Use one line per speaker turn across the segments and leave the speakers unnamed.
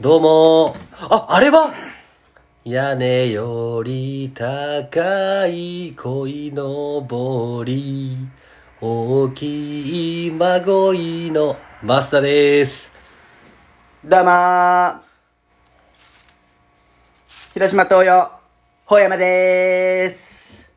どうもあ、あれは屋根より高い鯉のぼり。大きい孫いのマスターです。
どうもー広島東洋ほうやまでーす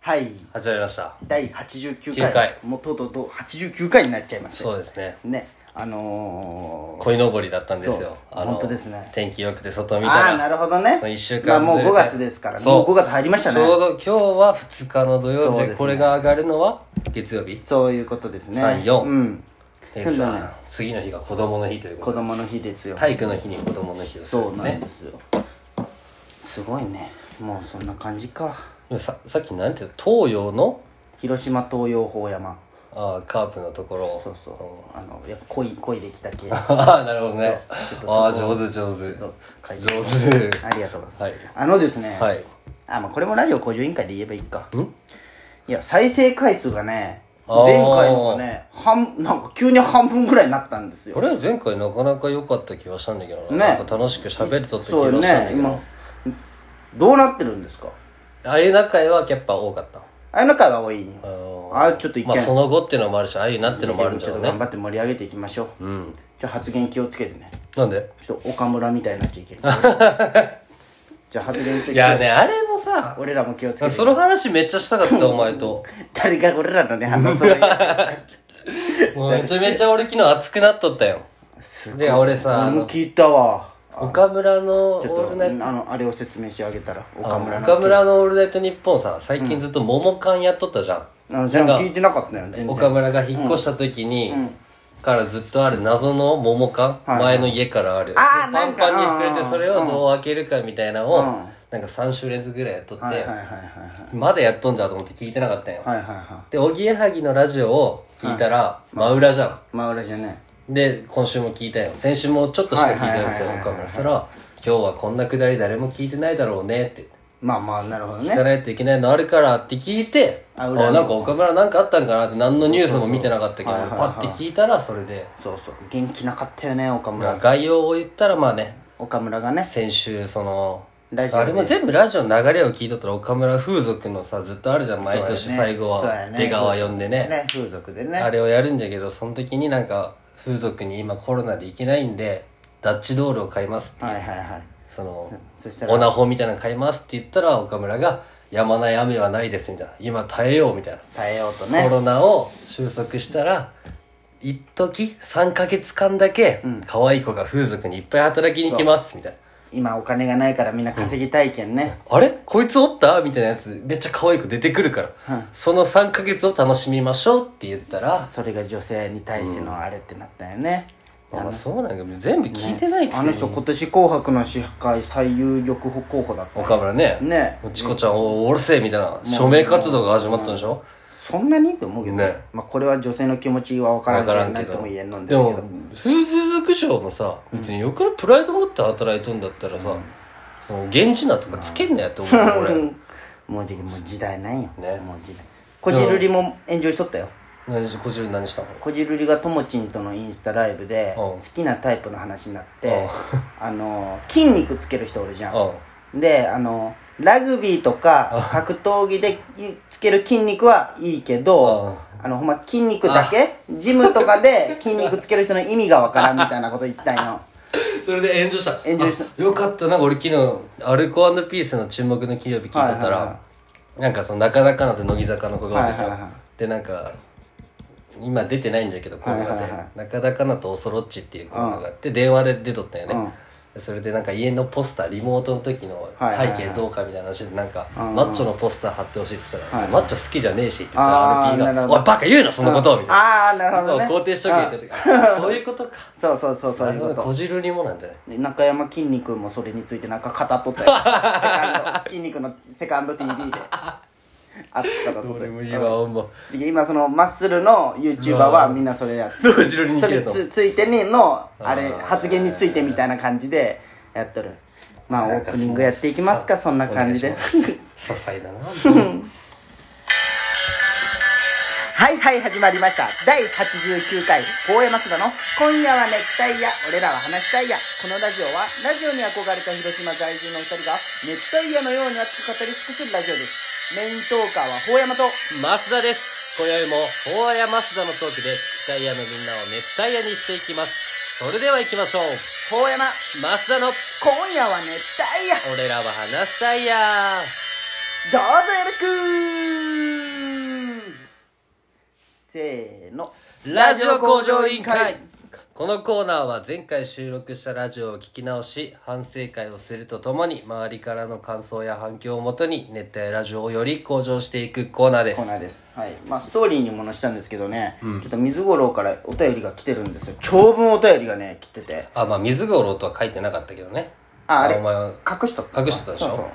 はい
始まりました。
第89回
9回
もうとうとうとう89回になっちゃいました
そうですね。
ねあのー、
鯉のぼりだったんですよ。
そう本当ですね
天気良くて外見たら。
ああなるほどね
その一週間
まあ、も
ず
う
れ
5
て
月ですから
そう
もう5月入りましたね
ちょうど今日は2日の土曜
そう
日で
ですね
これが上がるのは月曜日
そういうことですね
三四
うん
え
そう
ー
だね
と次の日が子供の日ということ
子
で
供の日ですよ
体育の日に子供の日をする
そうなん
ね
ですよ、すごいねもうそんな感じか
今ささっきなんていうの東洋の
広島東洋ほうやま
あーカープのところを
そうそうあのやっぱ恋恋で きた系
ああなるほどね
そうちょっとそこ
ああ上手上手
ちょっと書いて
上手
ありがとうございます、
はい
あのですね、
はい
あまあ、これもラジオ向上委員会で言えばいいか
ん
いや再生回数がね
あー
前回のがね半なんか急に半分ぐらいになったんですよ
これは前回なかなか良かった気はしたんだけどな,、
ね
なんか楽しく喋れとった気が
そ
した
うん
だ
ね
けど、
今どうなってるんですか
ああいう仲はやっぱ多かった
あの会は多いんよ
ー
あちょっと一
ま
見、
あその後っていうのもあるしああいうなってのもあるんじ
ち
ゃ
ょっ
ろう
と
ね
頑張って盛り上げていきましょう、うん、じゃあ発言気をつけてね
なんで
ちょっと岡村みたいにな っちゃいけないじゃあ発言ちょ
い
っと
やねあれもさ
俺らも気をつけて
その話めっちゃしたかったお前 と
誰が俺らのね話そうや
もうめちゃめちゃ俺昨日熱くなっとったよ
す
で俺さあ
俺も
の
聞いたわ
岡村のオ
ちょっと
ールナイト
あのあれを説明してあげたら岡
岡
村
村
の
の「オールナイトニッポン」さ最近ずっと桃缶やっとったじゃん、
あ全然聞いてなかったよ全然
岡村が引っ越した時に、からずっとある謎の桃缶、
い
前の家からある
あー
でパンパンに
な
膨
んか
れてそれをどう開けるかみたいなのを、
うん
なんか3週連続ぐらいやっとって、
はいはいはいはい
まだやっとんじゃんと思って聞いてなかったんよ、
はいはいはいは
でおぎやはぎのラジオを聞いたら、真裏じゃん、
いまあ俺じゃね
で今週も聞いたよ先週もちょっとしか聞いてな
はいはいはい
く
はい
て岡村そら「今日はこんなくだり誰も聞いてないだろうね」って
まあまあなるほど
聞か
ね
ないといけないのあるからって聞いてあ
あ
なん
裏の
か岡村なんかあったんかなって何のニュースも見てなかったけど
そうそうそう
パッて聞いたらそれで
そうそう元気なかったよね岡
まあ
村
概要を言ったらまあね
岡村がね
先週その
ラジオで
あれも全部ラジオの流れを聞いとったら岡村風俗のさずっとあるじゃん毎年
そうやね
最後
そうや
は
ね
出川呼んでね
ね風俗でね
あれをやるんだけどその時になんか風俗に今コロナで行けないんでダッチドールを買いますって
はいはいはい
その
そしたら
オナホみたいなの買いますって言ったら岡村が「やまない雨はないです」みたいな「今耐えよう」みたいな
耐えようと
コ
ね
ロナを収束したら一時3ヶ月間だけ可愛い子が風俗にいっぱい働きに来ますみたいな
今お金がないからみんな稼ぎたいけんね
あれこいつおったみたいなやつめっちゃ可愛い子出てくるから、その3ヶ月を楽しみましょうって言ったら
それが女性に対してのあれってなったよね
あそうなんか全部聞いてないく
あ
せ
の
に
人今年「紅白」の司会最有力候補だった
岡村ね
ね
もうチコちゃんをおろせみたいな署名活動が始まったんでしょ
そんなにって思うけどね
ね
まあ、これは女性の気持ちは分から
わ
んけ
から
ど
んけ
何と
ど
も言えんのんで
ですも
けど
風俗嬢もさ別によくないプライド持って働いとんだったらさ、その源氏名とかつけんなやって思うよ俺
もうじもう時代ないよ、
ね
もう時代こじるりも炎上しとったよ
何しこじる何したの
こじるりがともちんとのインスタライブで
うん
好きなタイプの話になってあの筋肉つける人おるじゃん
う
であのラグビーとか格闘技でいつける筋肉はいいけどあのほんま筋肉だけジムとかで筋肉つける人の意味がわからんみたいなこと言ったん よ
んそれで炎上した
炎上した
あよかったなんか俺昨日アルコピースの沈黙の金曜日聞いてたら、
はいはいは
なんかそのなかなかなって乃木坂の子がおるんだけど
はいはいはい
でなんか今出てないんだけどコロナで、
はいはいは
なかなかなとおそろっちっていうコーナーがあって、電話で出とったよね、それでなんか家のポスターリモートの時の
はいはいはい
背景どうかみたいな話でなんか、マッチョのポスター貼ってほしいって言ったら、マッチョ好きじゃねえしって言ったら
あー
RP
なる
が「
ほど
おいバカ言うなそんなこと」みたいな
ああなるほどね
肯定しとけって言った時そういうことか
そうそうそうそういうこ
ことじるにもなんじゃない
中山きんに君もそれについてなんか語っとったよセカン ド筋肉のセカンド TV で熱く語っとった
俺
よ
もいいわほんま
で今そのマッスルの YouTuber はみんなそれやって
こじるに
そ
似て
れ
ると
つついてねのあれ発言についてみたいな感じでやっとるまあオープニングやっていきますかそんな感じで
些細だな
はいはい、始まりました。第89回、大山須田の、今夜は熱帯夜、俺らは話したいや。このラジオは、ラジオに憧れた広島在住のお二人が、熱帯夜のように熱く語り尽くすラジオです。メイントーカーは、大山と、
増田です。今宵も、大谷増田のトークで、熱帯夜のみんなを熱帯夜にしていきます。それでは行きましょう。
大山、
増田の、
今夜は熱帯夜、
俺らは話したいや
どうぞよろしくせーの。
ラジオ向上委員会このコーナーは前回収録したラジオを聞き直し、反省会をするとともに、周りからの感想や反響をもとに、熱帯ラジオをより向上していくコーナーです
コー。ナーですはいまあストーリーにも載したんですけどね、ちょっと水五郎からお便りが来てるんですよ長文お便りがね来てて
あ、まあ、水五郎とは書いてなかったけどね。
ああれ
お前は
隠しとった
隠しとったでしょ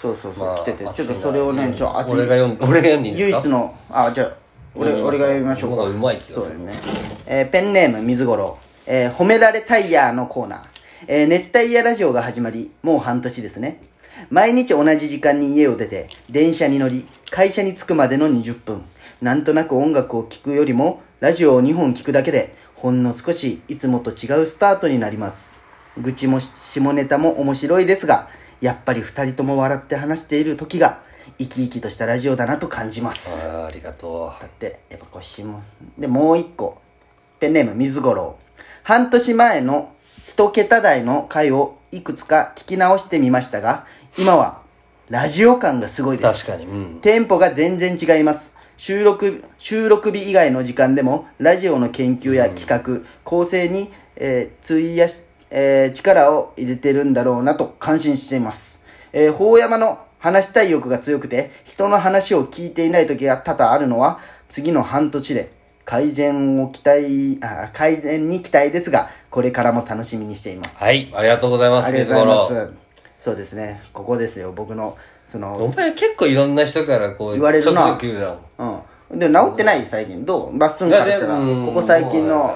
そうそうそうそうそう、
まあ
来てて
まあ
ちょっとそれをねちょっと熱い
俺が読ん、俺が読んでいいんです
唯
か
一のあじゃあ俺俺が読みましょうか
僕の方が上手い気が
そう
す
だ
る
よね、えーペンネーム水五郎、えー褒められタイヤーのコーナー、えー熱帯夜ラジオが始まりもう半年ですね毎日同じ時間に家を出て電車に乗り会社に着くまでの20分なんとなく音楽を聴くよりもラジオを2本聴くだけでほんの少しいつもと違うスタートになります愚痴もし下ネタも面白いですがやっぱり2人とも笑って話している時が生き生きとしたラジオだなと感じます
あーありがと。
だってやっぱこう指紋でもう一個ペンネーム水五郎半年前の一桁台の回をいくつか聞き直してみましたが今はラジオ感がすごいうです
確かに、うん。
テンポが全然違います収録収録日以外の時間でもラジオの研究や企画、構成に、えー費やし、えー力を入れてるんだろうなと感心しています、えー、法山の話したい欲が強くて人の話を聞いていない時が多々あるのは次の半年で改善を期待あ改善に期待ですがこれからも楽しみにしています
はい、ありがとうございま
あ
す、
りが
水
と
五
うご
郎
ざ。いますそうですねここですよ僕のその
お前結構いろんな人からこう、
言われるな
ちょくちょく言うな。
うん。でも治ってない最近。どうバッスンからしたら。
うん
ここ最近の。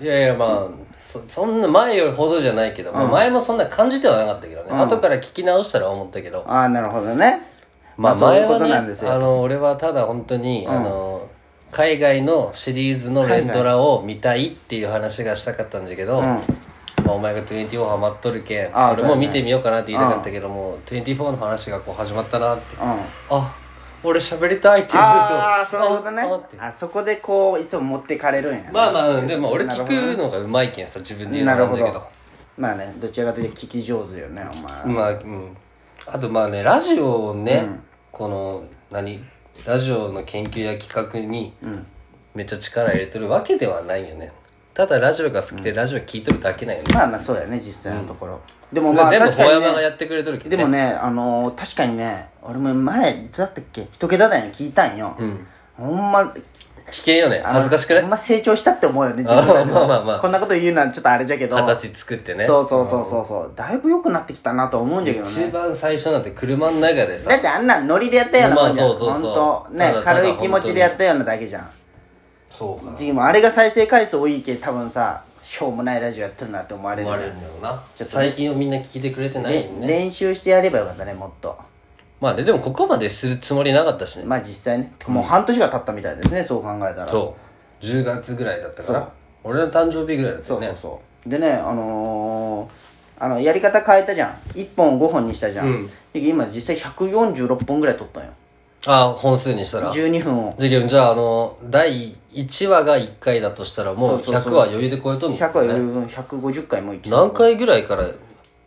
いやいやまあそそんな前よりほどじゃないけど、まあ前もそんな感じてはなかったけどね、後から聞き直したら思ったけど
ああ、なるほどね。
まあ
そうい
前
うこ
は
と
ね
なんです
あ
よ。
の俺はただ本当に、あの海外のシリーズの連ドラを見たいっていう話がしたかったんだけど、まあ、お前が24ハマっとるけん
ああ
俺
そう
も
やね
見てみようかなって言いたかったけども、24の話がこう始まったなって、
うん。あ
あ俺喋りたいってずっと
あー、そういうことね
ああって。
あそこでこう、いつも持ってかれるんや。
まあまあ、うんでも俺聞くのがうまいけんさ、自分で言うの
な
もな
る
んだ
ほ
けど。
ど。まあね、どちらかというと聞き上手よね、お前。
まあ、うん。あとまあね、ラジオをね、この、何ラジオの研究や企画に、めっちゃ力入れてるわけではないよね。ただラジオが好きでラジオ聞いとるだけなんよね。
まあまあ、そうやね、実際のところ。でもまあ、
全部
確か
小
に
山がや
ね。
ってくれとるけど
でもね、あのー、確かにね、俺も前、いつだったっけ一桁台に聞いたんよ。ほんま、
聞けんよね。恥ずかしく
ほ
なんい
ま成長したって思うよね、自分らでも
あー まあまあまあ
こんなこと言うのはちょっとあれじゃけど。
形作ってね。
そうそうそうそうそう。だいぶ良くなってきたなと思うんだけど
一
ね。
番最初なんて車の中でさ
だ、ってあんなノリでやったようなもんじゃん。
まあそうそうそう
ほんとね
ただ、ただ
軽い気持ちでやったようなだけじゃん。
そうかな。
次もあれが再生回数多いけ多分さ、しょうもないラジオやってるなって思われる
思
よ
われる
ね。
んだろうな。
ちょっとね
最近はみんな聞いてくれてないよね
れ。練習してやればよかったね、もっと。
まあね、でもここまでするつもりなかったしね。
まあ実際ね。もう半年が経ったみたいですね、そう考えたら。
そう。10月ぐらいだったから。俺の誕生日ぐらいだった
そ
よ
う
ね。
そうそうでねあのー、あのやり方変えたじゃん1本を5本にしたじゃん、で今実際146本ぐらい撮ったんよ
あ、本数にしたら。
12分を
じゃあ、じゃあ、あの、第1話が1回だとしたら、もう
そうそう
100
そう
は余裕で超えとんの
100は余裕分150回もいきそう
何回ぐらいから、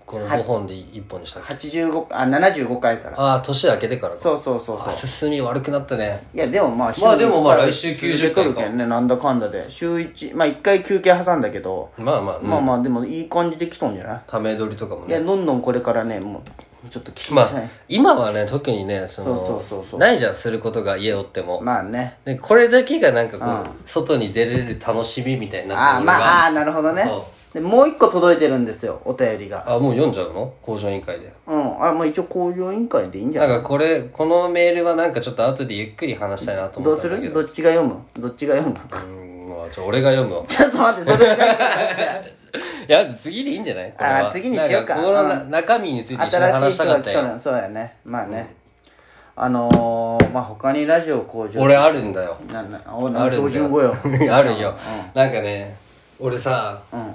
この5本で1本にしたっけ
85あ75回から
ああ、年明けてからか。
そうそうそうそう
あ、進み悪くなったね。
いやでもまあ週
まあでもまあ
一回
来週90
続けとるけんねなんだかんだで週1まあ1回休憩挟んだけど、
まあまあ、うん
まあまあでもいい感じできとんじゃない
ため撮りとかも
い
ね。
やどんどんこれからねもうちょっと聞き
ま
た
あ
い、、
今はね、特にね、その、
そうそうそうそう
ないじゃん、することが家おっても。
まあね
でこれだけがなんかこう、外に出れる楽しみみたいになって
ああ
る
ま
のが
ああーなるほどね
そ
でもう一個届いてるんですよお便りが
あ、もう読んじゃうの工場委員会で。
うん。あ、まあ一応工場委員会でいいんじゃ
なん
ない
かこれ、このメールはなんかちょっと後でゆっくり話したいなと思
ど
っ
う
た
す
んだけ
る
ど。
どっちが読むどっちが読む
うん、まあ、ちょ、俺が読むわ。
ちょっと待って、そ れが
いや、次でいいんじゃないこれは
あ次にしようか
なんこのな中身について一緒に
新
話
しい
したか
人が
った
来た
よ。
の。そうやね。まあね。あのー、まあ他にラジオ向上
俺あるんだよ
ななお
あ
な
るん
標
だ
準語よ
よ あるよ、なんかね俺さ
うん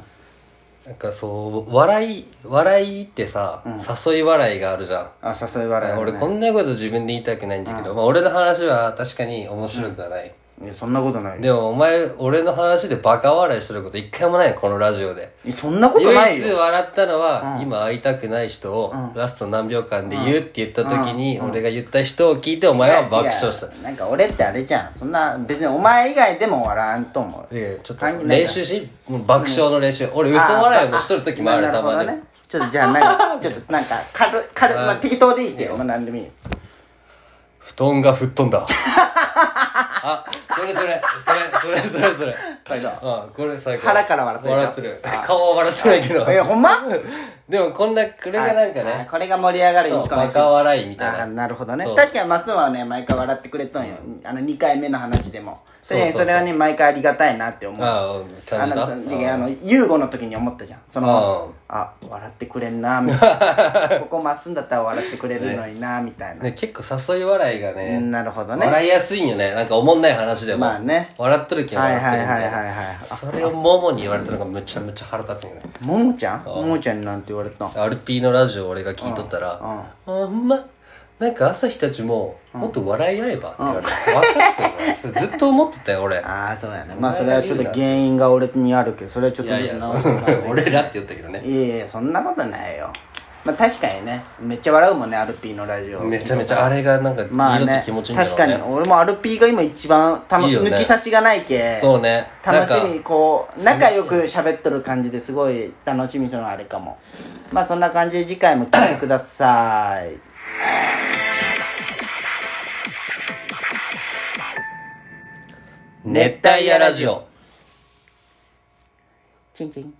なんかそう笑い笑いってさ、誘い笑いがあるじゃん
あ誘い笑い、ね、
俺こんなこと自分で言いたくないんだけど、まあ俺の話は確かに面白くはない、
いやそんなことないよ
でもお前俺の話でバカ笑いすること一回もないよこのラジオで
いやそんなことない
唯一
よ
笑ったのは、今会いたくない人を、ラスト何秒間で言うって言った時に、俺が言った人を聞いてお前は爆笑した
違う違うなんか俺ってあれじゃんそんな別にお前以外でも笑わんと思う
いやちょっと
関係ないから
練習しもう爆笑の練習、俺嘘笑いもしとる時もある
な
た
るほ
ま
ど
に、
ねちょっとじゃあ何ちょっとなんか 軽い軽いまあ適当でいいけどまあ何でもいいよ
布団が吹っ飛ん だあそれそれそれそれそれそれ
これどう
あこれ最高
腹から笑ったでしょ
笑ってる顔は笑ってないけど
えほんま
でもこんなこれがなんか
あ
ね
これが盛り上がるいい
そう
子の
バ
日
カ笑いみたい
あ
な
あなるほどね
そう
確かにマスンはね毎回笑ってくれとんよ、あの2回目の話でもそれ
そうそうそう
それはね毎回ありがたいなって思う
ああ感じた
あのであのユーゴの時に思ったじゃんそのあ笑ってくれんなみたい なここまっすんだったら笑ってくれるのになみたいな、
ね、結構誘い笑いがね、
うんなるほどね
笑いやすいんよねなんかおもんない話でも
まあね
笑っとる気は
はい
笑っ
はい
とる
は
み
い
たいな、
はいはい
それをモモに言われたのがむちゃむちゃ腹立つんよね
ももちゃんももちゃんになんて言われたん
アルピーのラジオ俺が聞いとったら、あんま、なんか朝日たちも、もっと笑い合えばって言われて、分かってるわそれずっと思ってたよ、俺。い
ああそうやねまあそれはちょっと原因が俺にあるけどそれはちょっと
やい
ずつ
や
直すから、
俺らって言ったけどね。
いやいやそんなことないよまあ確かにねめっちゃ笑うもんねアルピーのラジオ
めちゃめちゃ、あれがなんか、
まあ
色って
ね
気持ちいいんだろ
確
う
か
ね。
に俺もアルピーが今一番た、ま、
いいよね
抜き差しがないけ
そうね。
楽し
なん
み
か。
こう仲良く喋っとる感じですごい楽しみそのあれかもまあそんな感じで次回も聞いてください
熱帯夜ラジオ。
チンチン